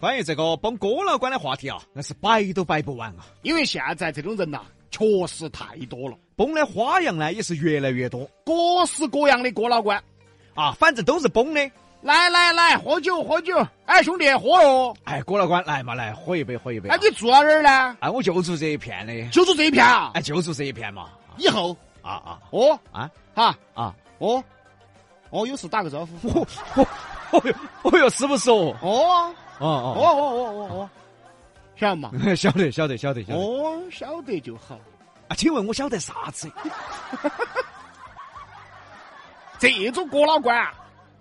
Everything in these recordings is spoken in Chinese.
关于这个崩哥老倌的话题啊，那是摆都摆不完啊。因为现在这种人呐、确实太多了，崩的花样呢也是越来越多各式各样的哥老倌。啊，反正都是崩的。来来来，喝酒喝酒！哎，兄弟，喝哟！哎，哥老倌，来嘛来，喝一杯，喝一杯啊哎，。你住到哪儿呢？哎，我就住这一片的，就住这一片啊！哎，就住这一片嘛。以后啊啊哦啊哈啊！ 哦哦，有事打个招呼。我我哦哟哦哟，是不是哦？哦哦哦哦哦哦哦哦，晓得嘛？哦， 晓得晓得晓得晓得。哦，嗯晓得就好。啊，请问我晓得啥子？这种哥老倌啊，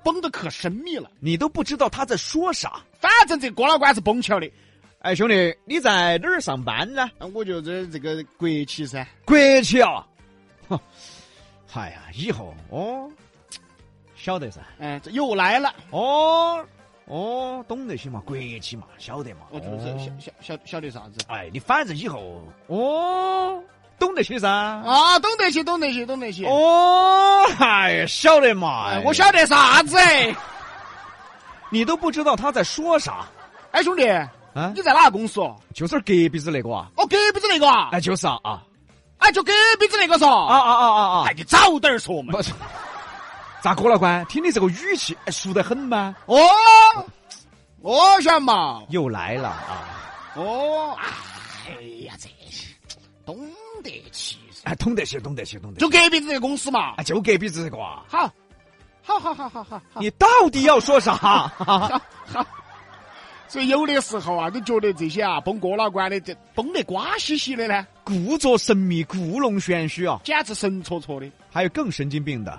绷得可神秘了。你都不知道他在说啥。反正这哥老倌是崩巧的。哎，兄弟，你在哪儿上班呢？那我就这这个国企噻，国企啊。哼，哎呀，以后哦，晓得噻。嗯，这又来了。哦哦，懂得些嘛，国企嘛，晓得嘛。我就是哦晓晓晓晓得啥子哎，你反正以后哦，懂得些噻。啊？懂得些，懂得些，懂得些。哦，哎，晓得嘛。哎，我，晓得啥子哎？你都不知道他在说啥哎，兄弟，啊？你在哪个公司哦？就是隔壁子那个啊。哦，隔壁子那个啊？哎，就是啊啊哎，就隔壁子那个嗦。啊啊，啊啊啊！哎，你早点说嘛。不是，咋个了关？听你这个语气，哎熟得很吗？哦，我晓得嘛。又来了啊！哦，哎呀，这些懂得起噻，哎，懂得些，懂得些，懂得些。就隔壁子那个公司嘛。哎，就隔壁子这个啊！好，好，好，好，好，好，好，你到底要说啥？ 好，好。所以有的时候啊，都觉得这些啊，崩哥老倌的，这崩得瓜兮兮的呢，故作神秘，故弄玄虚啊！简直神戳戳的。还有更神经病的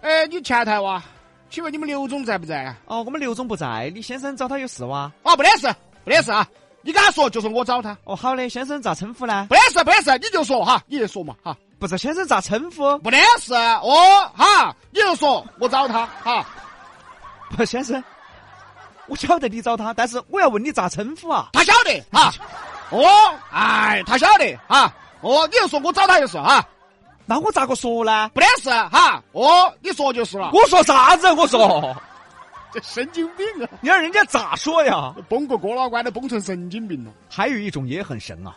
哎，你前台哇？请问你们刘总在不在啊？哦，我们刘总不在，李先生找他有事哇？啊，没得事，没得事啊。你跟他说，就是我找他。哦，好嘞，先生咋称呼呢？没得事，没得事，你就说哈，你就说嘛哈。不是，先生咋称呼？没得事哦哈，你就说我找他哈，不，先生， 我晓得你找他，但是我要问你咋称呼啊？他晓得哈。哦，哎，他晓得哈。哦，你就说我找他就是哈，那我咋个说呢？没得事哈。哦，你说就是了。啊我说啥子？我 说，这神经病啊！你让人家咋说呀？崩个哥老倌都崩成神经病了。还有一种也很神啊，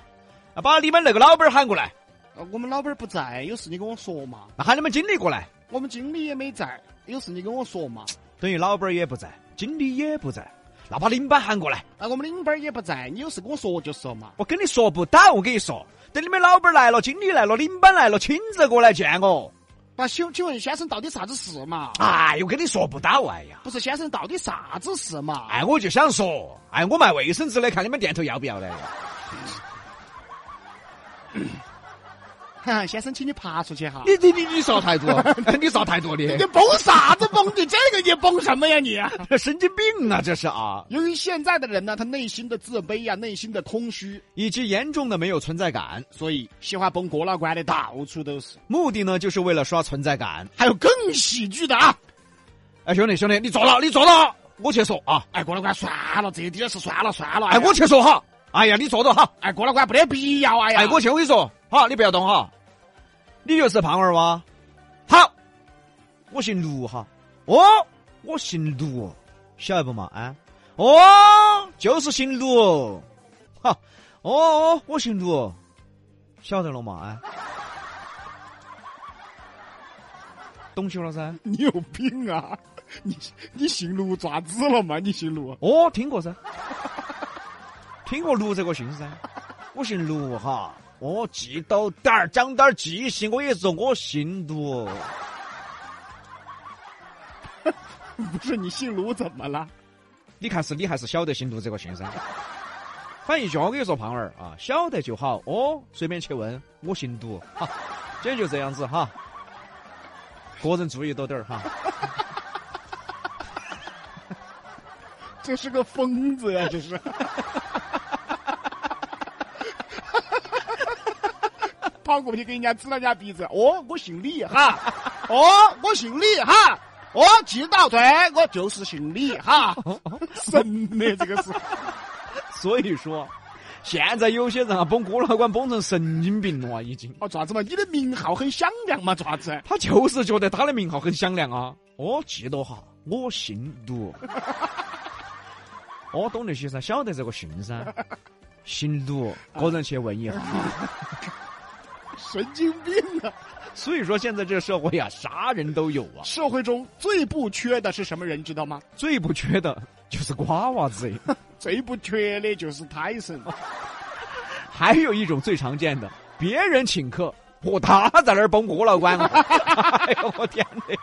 啊把你们那个老板儿喊过来，呃我们老板不在，有事你跟我说嘛。那喊你们经理过来。我们经理也没在，有事你跟我说嘛。等于老板儿也不在，经理也不在，那把领班喊过来。啊，我们领班也不在，你有事跟我说就是了嘛。我跟你说不到，我跟你说，等你们老板儿来了，经理来了，领班来了，亲自过来见我。那请请问先生到底啥子事嘛？哎，我跟你说不到，哎呀，不是先生到底啥子事嘛？ 哎，我就想说，哎，我卖卫生纸的，看你们店头要不要嘞？哼，先生，请你爬出去哈。你你你你啥态度？ 你啥态度你你崩啥子崩？你这个你崩什么呀你？神经病啊，这是啊！ 由于现在的人呢，他内心的自卑呀、内心的空虚，以及严重的没有存在感，所以喜欢崩国老倌的到处都是。目的呢就是为了刷存在感。还有更喜剧的啊！哎，兄弟兄弟，你坐了，你坐了，我去说啊！哎，郭老倌，算了，这点事算了算了。哎，我去说哈！哎呀，你坐到哈！哎，郭老倌没得必要哎呀。哎，我去，我跟你说，好，你不要动哈，你就是胖娃儿哇。好，我姓卢哈。哦，我姓卢，哦晓得不嘛？啊，哦，就是姓卢。哈，哦哦，我姓卢，晓得了嘛？啊，懂起了噻。你有病啊！ 你你姓卢爪子了嘛？你姓卢？哦，听过噻， 听过卢这个姓噻。我姓卢哈，我记到点儿，长点儿记性。我也说我姓卢，不是你姓卢怎么了？你看是你还是晓得姓卢这个姓噻？反正就我跟你说，胖儿啊，晓得就好哦，随便去问，我姓卢哈，今天就这样子哈，个人注意多点儿哈。这是个疯子呀、这是。 跑过去给人家指了人家鼻子，哦，我姓李哈，哦，我姓李哈，哦，记到对，我就是姓李哈，神的这个是，所以说，现在有些人啊，崩哥老倌崩成神经病了啊，已经。哦，爪子嘛，你的名号很响亮嘛，爪子，他就是觉得他的 名号很响亮啊！哦，记得哈，我姓卢。哦，懂那些噻，晓得这个训 噻。姓卢，个人去问一 下。神经病啊！所以说，现在这个社会呀、啥人都有啊，社会中最不缺的是什么人，知道吗？最不缺的就是瓜娃子。最不缺的就是胎神。 还有一种最常见的，别人请客，嚯，他在那儿崩锅了管 我。哎呦，我天哪！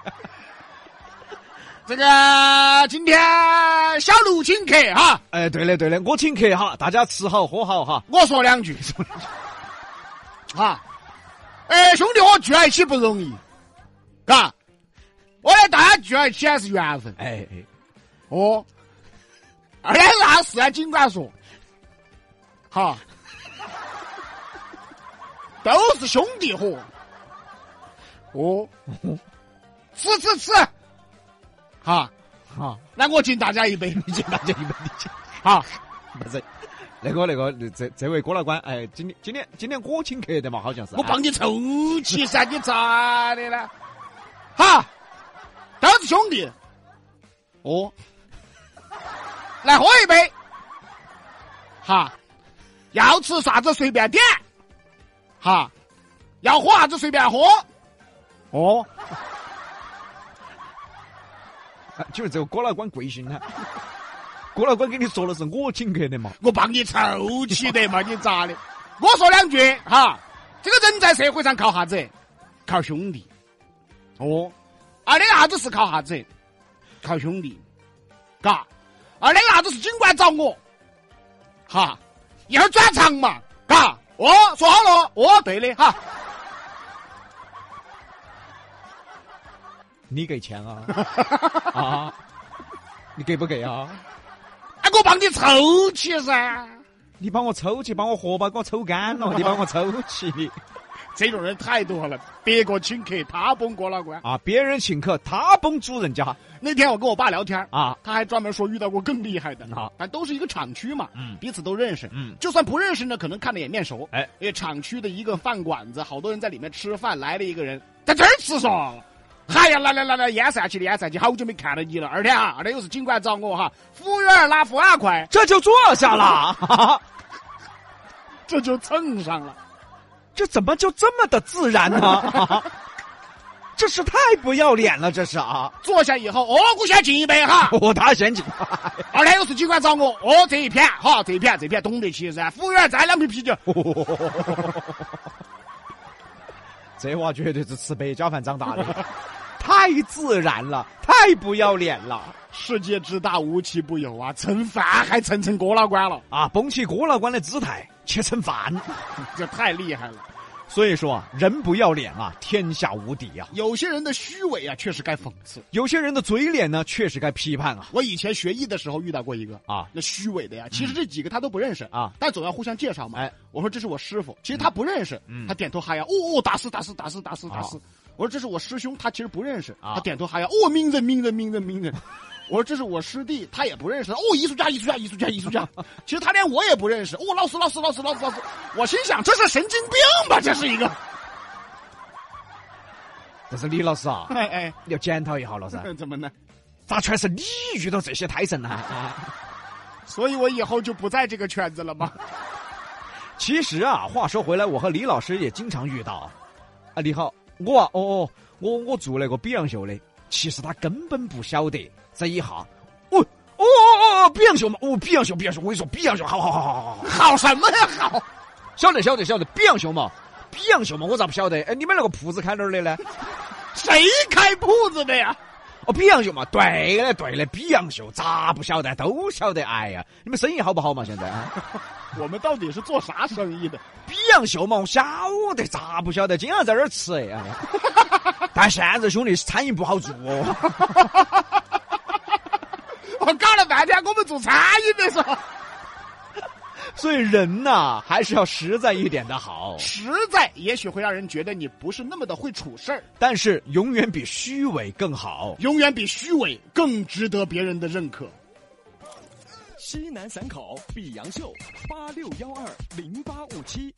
这个今天小卢请客哈，哎，对的对的，我请客哈，大家吃好喝好哈。我说两句， 哈，哎，兄弟伙聚在一起不容易，嘎，我呢大家聚在一起还是缘分哎，哎 哦。二两啥事啊？尽管说， 哈，都是兄弟伙，哦， 吃吃吃，哈，好，那我敬大家一杯，你请大家一杯，你请。哈。不是，那个那个这这位郭老倌，哎，今天今天今天我请客的嘛，好像是。啊我帮你凑齐噻，你咋的呢？哈，都是兄弟，哦，来喝一杯。哈，要吃啥子随便点。哈，要喝啥子随便喝。哦， 啊就是这个郭老倌贵姓呢？郭老倌跟你说的是我请客的嘛？我帮你凑齐的嘛，你咋的？我说两句哈，这个人在社会上靠啥子？靠兄弟。哦，啊，那个啥子是靠啥子？靠兄弟，嘎。啊，那个啥子是尽管找我，哈，一会儿转场嘛，嘎。哦，说好了，哦，对的，哈。你给钱啊？ 啊，你给不给啊？哎，我帮你凑齐噻。你帮我抽起，帮我荷包给我抽干了，你帮我抽起这种人太多了，别个请客他崩锅了关。啊！别人请客，他帮主人家那天我跟我爸聊天，啊，他还专门说遇到过更厉害的啊，但都是一个厂区嘛，嗯彼此都认识，嗯就算不认识呢，可能看着也面熟。哎，因为厂区的一个饭馆子，好多人在里面吃饭，来了一个人，在这儿吃嗦。哎呀，来来来来，啊演散去的演散去，好久没看到你了。二天啊，二天又是尽管找我哈，服务员拿付二块，这就坐下了。 这就蹭上了。这怎么就这么的自然呢？ 啊这是太不要脸了，这是啊！ 坐下以后，哦，我先敬一杯哈。我打嫌弃，二天又是尽管找我，哦，这一片哈，这一片这一片懂得起噻。啊服务员再两瓶啤酒， 这娃绝对是吃百家饭长大的，太自然了，太不要脸了世界之大无奇不有啊，蹭饭还蹭成郭老倌了，啊！绷起郭老倌的姿态去蹭饭，这太厉害了。所以说啊，人不要脸啊，天下无敌呀、有些人的虚伪啊，确实该讽刺。有些人的嘴脸呢，确实该批判啊我以前学艺的时候遇到过一个啊嗯那虚伪的呀，其实这几个他都不认识啊，但总要互相介绍嘛。哎，我说这是我师傅，其实他不认识，嗯他点头哈腰，哦哦，打死打死打死打死打死啊。我说这是我师兄，他其实不认识，啊他点头哈腰，哦，名人名人名人名人。我说这是我师弟，他也不认识，哦，艺术家艺术家艺术家艺 术家。其实他连我也不认识，哦，老师老师老师老师老师。我心想这是神经病吧，这是一个。但是李老师啊，哎哎，你要检讨一下了噻， 怎么呢？咋全是你遇到这些胎神呢、啊所以我以后就不在这个圈子了 吗？其实啊，话说回来，我和李老师也经常遇到。啊，你好，我啊，哦哦，我我做那个比洋秀的，其实他根本不晓得。这一下，哦哦哦哦，比洋秀嘛，哦，比洋秀，比洋秀，我跟你说，比洋秀，好好好好好好，好什么呀好？晓得晓得晓得，比洋秀嘛，比洋秀嘛，我咋不晓得？哎，你们那个铺子开哪儿的呢？谁开铺子的呀？哦，比洋秀嘛，对的对的，比洋秀咋不晓得？都晓得。哎呀，你们生意好不好嘛？现在啊？我们到底是做啥生意的？比洋秀嘛，我晓得咋不晓得？经常在那儿吃哎呀。但现在兄弟餐饮不好做哦，我搞了半天，我们做餐饮的说，所以人呐、还是要实在一点的好，实在也许会让人觉得你不是那么的会处事儿，但是永远比虚伪更好。永远比虚伪更值得别人的认可。西南散口碧阳秀八六幺二零八五七，